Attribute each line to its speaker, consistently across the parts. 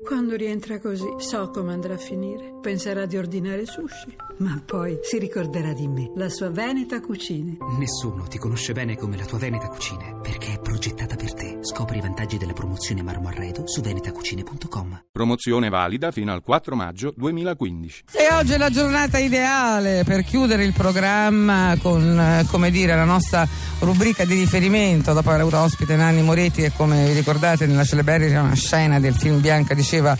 Speaker 1: Quando rientra così, so come andrà a finire. Penserà di ordinare sushi, ma poi si ricorderà di me, la sua Veneta Cucine.
Speaker 2: Nessuno ti conosce bene come la tua Veneta Cucine, perché è progettata per te. Scopri i vantaggi della promozione Marmo Arredo su venetacucine.com.
Speaker 3: Promozione valida fino al 4 maggio 2015.
Speaker 4: E oggi è la giornata ideale per chiudere il programma con, eh, come dire, la nostra rubrica di riferimento dopo aver avuto ospite Nanni Moretti che come vi ricordate nella celeberrima scena del film Bianca diceva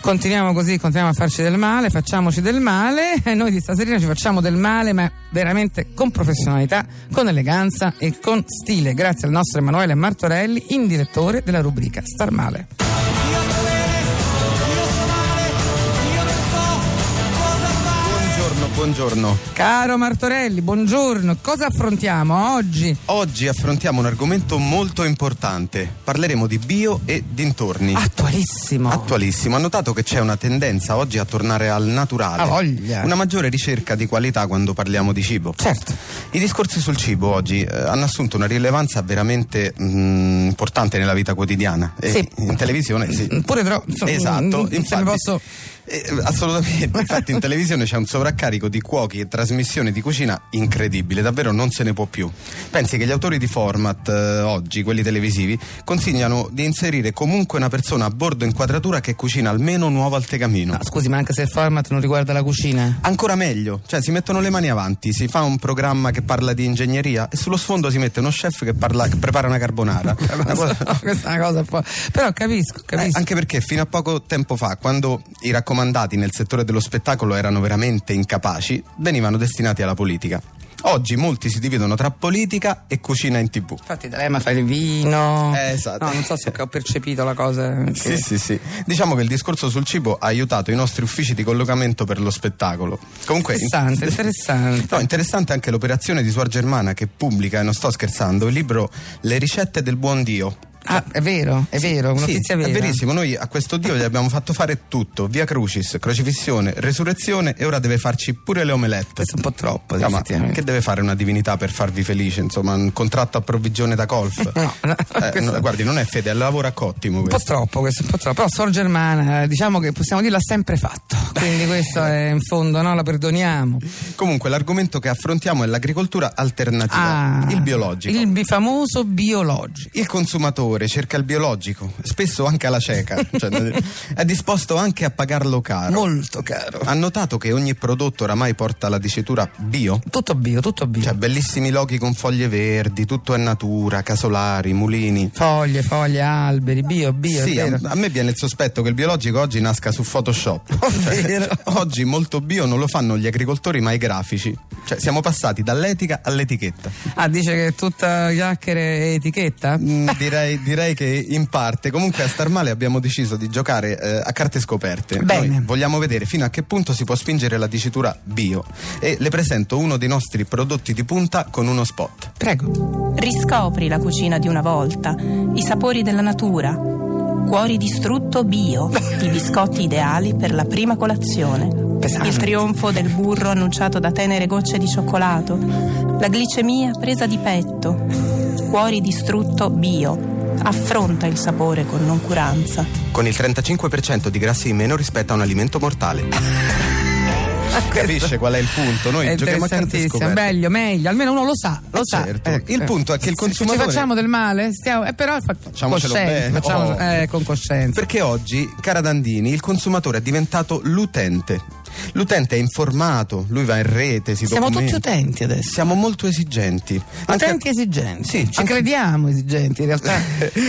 Speaker 4: continuiamo così, continuiamo a farci del male, facciamoci del male e noi di stasera ci facciamo del male ma veramente con professionalità, con eleganza e con stile grazie al nostro Emanuele Martorelli, in direttore della rubrica Star Male.
Speaker 5: Buongiorno, buongiorno.
Speaker 4: Caro Martorelli, buongiorno, cosa affrontiamo oggi?
Speaker 5: Oggi affrontiamo un argomento molto importante. Parleremo di bio e dintorni.
Speaker 4: Ah, Attualissimo.
Speaker 5: Attualissimo, ha notato che c'è una tendenza oggi a tornare al naturale.
Speaker 4: Ha voglia.
Speaker 5: Una maggiore ricerca di qualità quando parliamo di cibo.
Speaker 4: Certo.
Speaker 5: I discorsi sul cibo oggi eh, hanno assunto una rilevanza veramente mm, importante nella vita quotidiana. E
Speaker 4: Sì.
Speaker 5: In televisione, sì.
Speaker 4: Pure però, insomma, mm,
Speaker 5: Esatto,
Speaker 4: se
Speaker 5: infatti,
Speaker 4: mi posso-
Speaker 5: eh, assolutamente. Infatti, in televisione c'è un sovraccarico di cuochi e trasmissioni di cucina incredibile, davvero non se ne può più. Pensi che gli autori di format eh, oggi, quelli televisivi, consigliano di inserire comunque una persona a bordo inquadratura che cucina almeno un uovo al tegamino.
Speaker 4: No, scusi, ma anche se il format non riguarda la cucina.
Speaker 5: Ancora meglio, cioè si mettono le mani avanti, si fa un programma che parla di ingegneria e sullo sfondo si mette uno chef che, parla- che prepara una carbonara. Una cosa-
Speaker 4: Questa è una cosa un po'. Però capisco,
Speaker 5: Eh,
Speaker 4: capisco.
Speaker 5: anche perché fino a poco tempo fa, quando i raccomandati nel settore dello spettacolo erano veramente incapaci, venivano destinati alla politica. Oggi molti si dividono tra politica e cucina in tv.
Speaker 4: Infatti, da lei mi fa il vino.
Speaker 5: Eh, esatto.
Speaker 4: No, non so se ho percepito la cosa. eh, che-
Speaker 5: Sì, sì, sì. Eh, Diciamo che il discorso sul cibo ha aiutato i nostri uffici di collocamento per lo spettacolo. Comunque,
Speaker 4: Interessante, interessante.
Speaker 5: No, interessante anche l'operazione di Suor Germana che pubblica, e non sto scherzando, il libro Le ricette del buon Dio.
Speaker 4: Ah, è vero, è vero, una
Speaker 5: Sì,
Speaker 4: notizia vera.
Speaker 5: È verissimo, noi a questo Dio gli abbiamo fatto fare tutto, via crucis, crocifissione, resurrezione e ora deve farci pure le omelette.
Speaker 4: Questo è un po' troppo,
Speaker 5: No, ma
Speaker 4: effettivamente.
Speaker 5: che deve fare una divinità per farvi felice? Insomma, un contratto a provvigione da golf.
Speaker 4: No, no,
Speaker 5: Eh,
Speaker 4: questo-
Speaker 5: no, guardi, non è fede, è lavoro a cottimo
Speaker 4: Un po'
Speaker 5: questo.
Speaker 4: troppo questo, un po' troppo. Però Sor Germana, eh, diciamo che possiamo dirlo, ha sempre fatto. Quindi questo è in fondo, no? La perdoniamo.
Speaker 5: Comunque, l'argomento che affrontiamo è l'agricoltura alternativa,
Speaker 4: Ah,
Speaker 5: il biologico.
Speaker 4: Il bi- famoso biologico.
Speaker 5: Il consumatore cerca il biologico, spesso anche alla cieca, cioè, è disposto anche a pagarlo caro.
Speaker 4: Molto caro.
Speaker 5: Ha notato che ogni prodotto oramai porta la dicitura bio?
Speaker 4: Tutto bio, tutto bio.
Speaker 5: Cioè, bellissimi loghi con foglie verdi, tutto è natura, casolari, mulini.
Speaker 4: foglie, foglie, alberi, bio, bio.
Speaker 5: sì,
Speaker 4: è vero.
Speaker 5: a, a me viene il sospetto che il biologico oggi nasca su Photoshop. Cioè,
Speaker 4: Vero.
Speaker 5: oggi molto bio non lo fanno gli agricoltori, ma i grafici. Cioè, siamo passati dall'etica all'etichetta.
Speaker 4: Ah, dice che è tutta chiacchiere e etichetta?
Speaker 5: Mm, direi, direi che in parte. Comunque a Star Male abbiamo deciso di giocare eh, a carte scoperte.
Speaker 4: Bene.
Speaker 5: Noi vogliamo vedere fino a che punto si può spingere la dicitura bio. E le presento uno dei nostri prodotti di punta con uno spot.
Speaker 4: Prego.
Speaker 6: Riscopri la cucina di una volta, i sapori della natura. Cuori distrutto bio, i biscotti ideali per la prima colazione.
Speaker 4: Pesante.
Speaker 6: Il trionfo del burro annunciato da tenere gocce di cioccolato. La glicemia presa di petto. Cuori distrutto bio. Affronta il sapore con noncuranza.
Speaker 5: con il 35% di grassi in meno rispetto a un alimento mortale. Capisce qual è il punto? Noi
Speaker 4: è
Speaker 5: giochiamo a carte
Speaker 4: interessantissimo,
Speaker 5: scoperte.
Speaker 4: meglio, meglio, almeno uno lo sa, lo
Speaker 5: Eh,
Speaker 4: sa. Ecco.
Speaker 5: certo. Il punto è che il
Speaker 4: Se- se
Speaker 5: consumatore-
Speaker 4: Ci facciamo del male? Stiamo, eh, però fa-
Speaker 5: Facciamocelo
Speaker 4: coscienza,
Speaker 5: bene.
Speaker 4: facciamo-
Speaker 5: Oh.
Speaker 4: eh, con coscienza.
Speaker 5: Perché oggi, cara Dandini, il consumatore è diventato l'utente. L'utente è informato, lui va in rete, si
Speaker 4: Siamo tutti
Speaker 5: documenta.
Speaker 4: utenti adesso.
Speaker 5: Siamo molto esigenti. Anche-
Speaker 4: Utenti esigenti,
Speaker 5: Sì,
Speaker 4: ci
Speaker 5: anche-
Speaker 4: crediamo esigenti, in realtà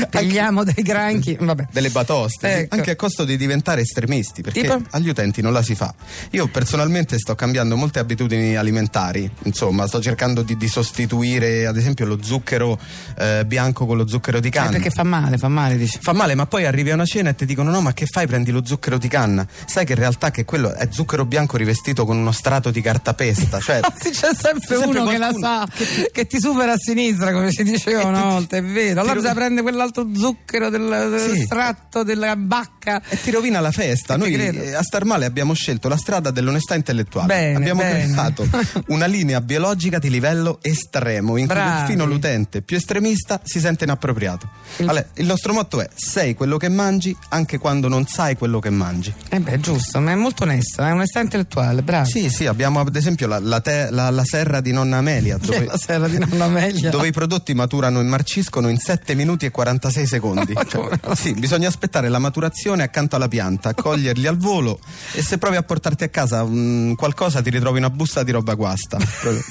Speaker 4: tagliamo dei granchi, vabbè.
Speaker 5: delle batoste, sì,
Speaker 4: Ecco.
Speaker 5: anche a costo di diventare estremisti, perché
Speaker 4: Tipo?
Speaker 5: agli utenti non la si fa. Io personalmente sto cambiando molte abitudini alimentari, insomma, sto cercando di, di sostituire ad esempio lo zucchero eh, bianco con lo zucchero di
Speaker 4: Eh,
Speaker 5: canna.
Speaker 4: perché fa male, fa male, dice.
Speaker 5: Fa male, ma poi arrivi a una cena e ti dicono: No, ma che fai? Prendi lo zucchero di canna. Sai che in realtà che quello è zucchero albero bianco rivestito con uno strato di cartapesta. Cioè,
Speaker 4: Anzi, c'è sempre,
Speaker 5: sempre
Speaker 4: uno che la
Speaker 5: qualcuno
Speaker 4: sa, che ti, supera a sinistra, come si diceva una volta, è vero. Allora bisogna prendere quell'altro zucchero del, del
Speaker 5: Sì.
Speaker 4: estratto della bacca.
Speaker 5: E ti rovina la festa.
Speaker 4: Eh, ti
Speaker 5: Noi
Speaker 4: credo.
Speaker 5: eh, a star male abbiamo scelto la strada dell'onestà intellettuale.
Speaker 4: Bene,
Speaker 5: abbiamo
Speaker 4: bene.
Speaker 5: creato una linea biologica di livello estremo, in cui
Speaker 4: Bravi.
Speaker 5: perfino l'utente più estremista si sente inappropriato.
Speaker 4: Il-
Speaker 5: Ale, il nostro motto è: sei quello che mangi anche quando non sai quello che mangi.
Speaker 4: Eh beh, giusto, ma è molto onesta, è onestà intellettuale, bravo.
Speaker 5: Sì, sì, abbiamo ad esempio la, la te- la- la serra di nonna Amelia,
Speaker 4: Che è
Speaker 5: dove,
Speaker 4: la sera di nonna Amelia.
Speaker 5: dove i prodotti maturano e marciscono in 7 minuti e 46 secondi. Cioè, sì, bisogna aspettare la maturazione accanto alla pianta, coglierli al volo e se provi a portarti a casa mm, qualcosa ti ritrovi una busta di roba guasta. Proprio.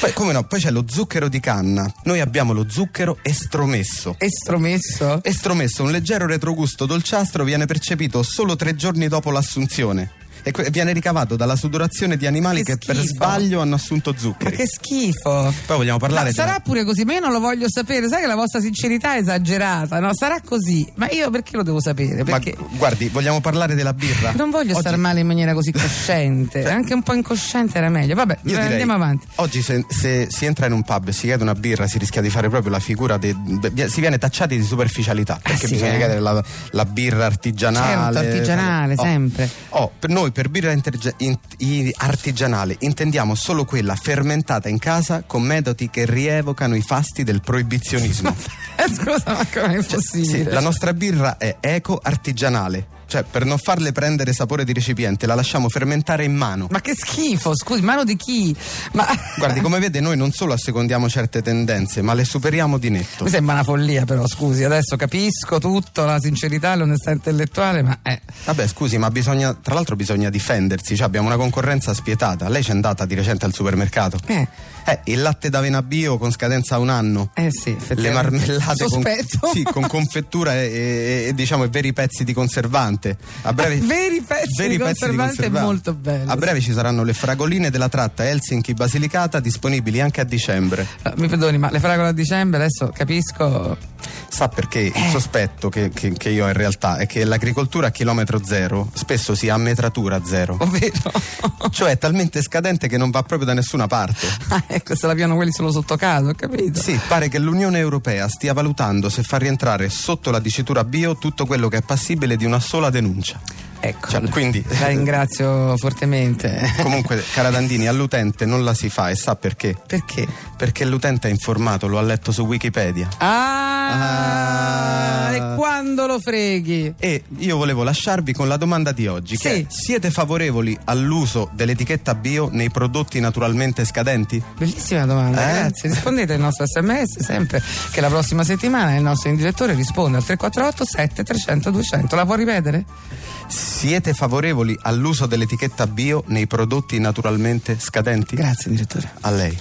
Speaker 5: Poi, come no, poi c'è lo zucchero di canna. Noi abbiamo lo zucchero estromesso.
Speaker 4: Estromesso?
Speaker 5: Eh. Estromesso, un leggero retrogusto dolciastro viene percepito solo tre giorni dopo l'assunzione. E que- viene ricavato dalla sudorazione di animali
Speaker 4: Che
Speaker 5: che, per
Speaker 4: schifo.
Speaker 5: sbaglio hanno assunto
Speaker 4: Ma
Speaker 5: zuccheri.
Speaker 4: che schifo!
Speaker 5: Poi vogliamo parlare
Speaker 4: Ma
Speaker 5: di una-
Speaker 4: sarà pure così, ma io non lo voglio sapere. Sai che la vostra sincerità è esagerata, no? Sarà così, ma io perché lo devo sapere?
Speaker 5: Eh, Ma
Speaker 4: Perché
Speaker 5: gu- guardi, vogliamo parlare della birra?
Speaker 4: non voglio
Speaker 5: Oggi-
Speaker 4: star male in maniera così cosciente, anche un po' incosciente era meglio. Vabbè,
Speaker 5: Io
Speaker 4: eh,
Speaker 5: direi,
Speaker 4: andiamo avanti.
Speaker 5: Oggi se, se si entra in un pub e si chiede una birra si rischia di fare proprio la figura de- de- si viene tacciati di superficialità perché
Speaker 4: sì,
Speaker 5: bisogna
Speaker 4: eh.
Speaker 5: chiedere la, la birra artigianale.
Speaker 4: Certo, artigianale, sempre.
Speaker 5: Oh, per noi per birra interge- in- i- artigianale intendiamo solo quella fermentata in casa con metodi che rievocano i fasti del proibizionismo.
Speaker 4: Eh, Scusa, ma come è possibile?
Speaker 5: Cioè, Sì, la nostra birra è eco artigianale. Cioè, per non farle prendere sapore di recipiente, la lasciamo fermentare in mano.
Speaker 4: Ma che schifo, scusi, mano di chi? Ma
Speaker 5: Guardi, come vede, noi non solo assecondiamo certe tendenze, ma le superiamo di netto.
Speaker 4: mi sembra una follia, però, scusi, adesso capisco tutto, la sincerità, l'onestà intellettuale, ma eh.
Speaker 5: Vabbè, scusi, ma bisogna, tra l'altro bisogna difendersi, cioè abbiamo una concorrenza spietata. Lei c'è andata di recente al supermercato.
Speaker 4: Eh.
Speaker 5: Eh, il latte d'avena bio con scadenza a un anno.
Speaker 4: Eh sì,
Speaker 5: Le
Speaker 4: effettivamente.
Speaker 5: marmellate con,
Speaker 4: Sospetto.
Speaker 5: sì, con confettura e, e- e, diciamo e veri pezzi di conservante. A breve,
Speaker 4: Veri pezzi di conservante è molto bello,
Speaker 5: A breve ci saranno le fragoline della tratta Helsinki-Basilicata disponibili anche a dicembre.
Speaker 4: Eh, Mi perdoni, ma le fragole a dicembre adesso capisco.
Speaker 5: Sa
Speaker 4: Eh.
Speaker 5: perché il sospetto che, che- che io ho in realtà è che l'agricoltura a chilometro zero spesso sia a metratura zero,
Speaker 4: Ovvero.
Speaker 5: cioè è talmente scadente che non va proprio da nessuna parte.
Speaker 4: ah, ecco, se la piano quelli solo sotto casa, ho capito.
Speaker 5: Sì, pare che l'Unione Europea stia valutando se far rientrare sotto la dicitura bio tutto quello che è passibile di una sola denuncia.
Speaker 4: Ecco.
Speaker 5: Cioè, quindi-
Speaker 4: La ringrazio fortemente.
Speaker 5: Comunque, cara Dandini, all'utente non la si fa e sa perché?
Speaker 4: Perché?
Speaker 5: Perché l'utente è informato, lo ha letto su Wikipedia.
Speaker 4: Ah,
Speaker 5: Ah.
Speaker 4: E quando lo freghi?
Speaker 5: E io volevo lasciarvi con la domanda di oggi, che
Speaker 4: Sì.
Speaker 5: è, siete favorevoli all'uso dell'etichetta bio nei prodotti naturalmente scadenti?
Speaker 4: Bellissima domanda,
Speaker 5: Eh?
Speaker 4: grazie. Rispondete al nostro sms sempre che la prossima settimana il nostro direttore risponde al 348 7300 200. La può ripetere?
Speaker 5: Siete favorevoli all'uso dell'etichetta bio nei prodotti naturalmente scadenti?
Speaker 4: Grazie direttore.
Speaker 5: A lei.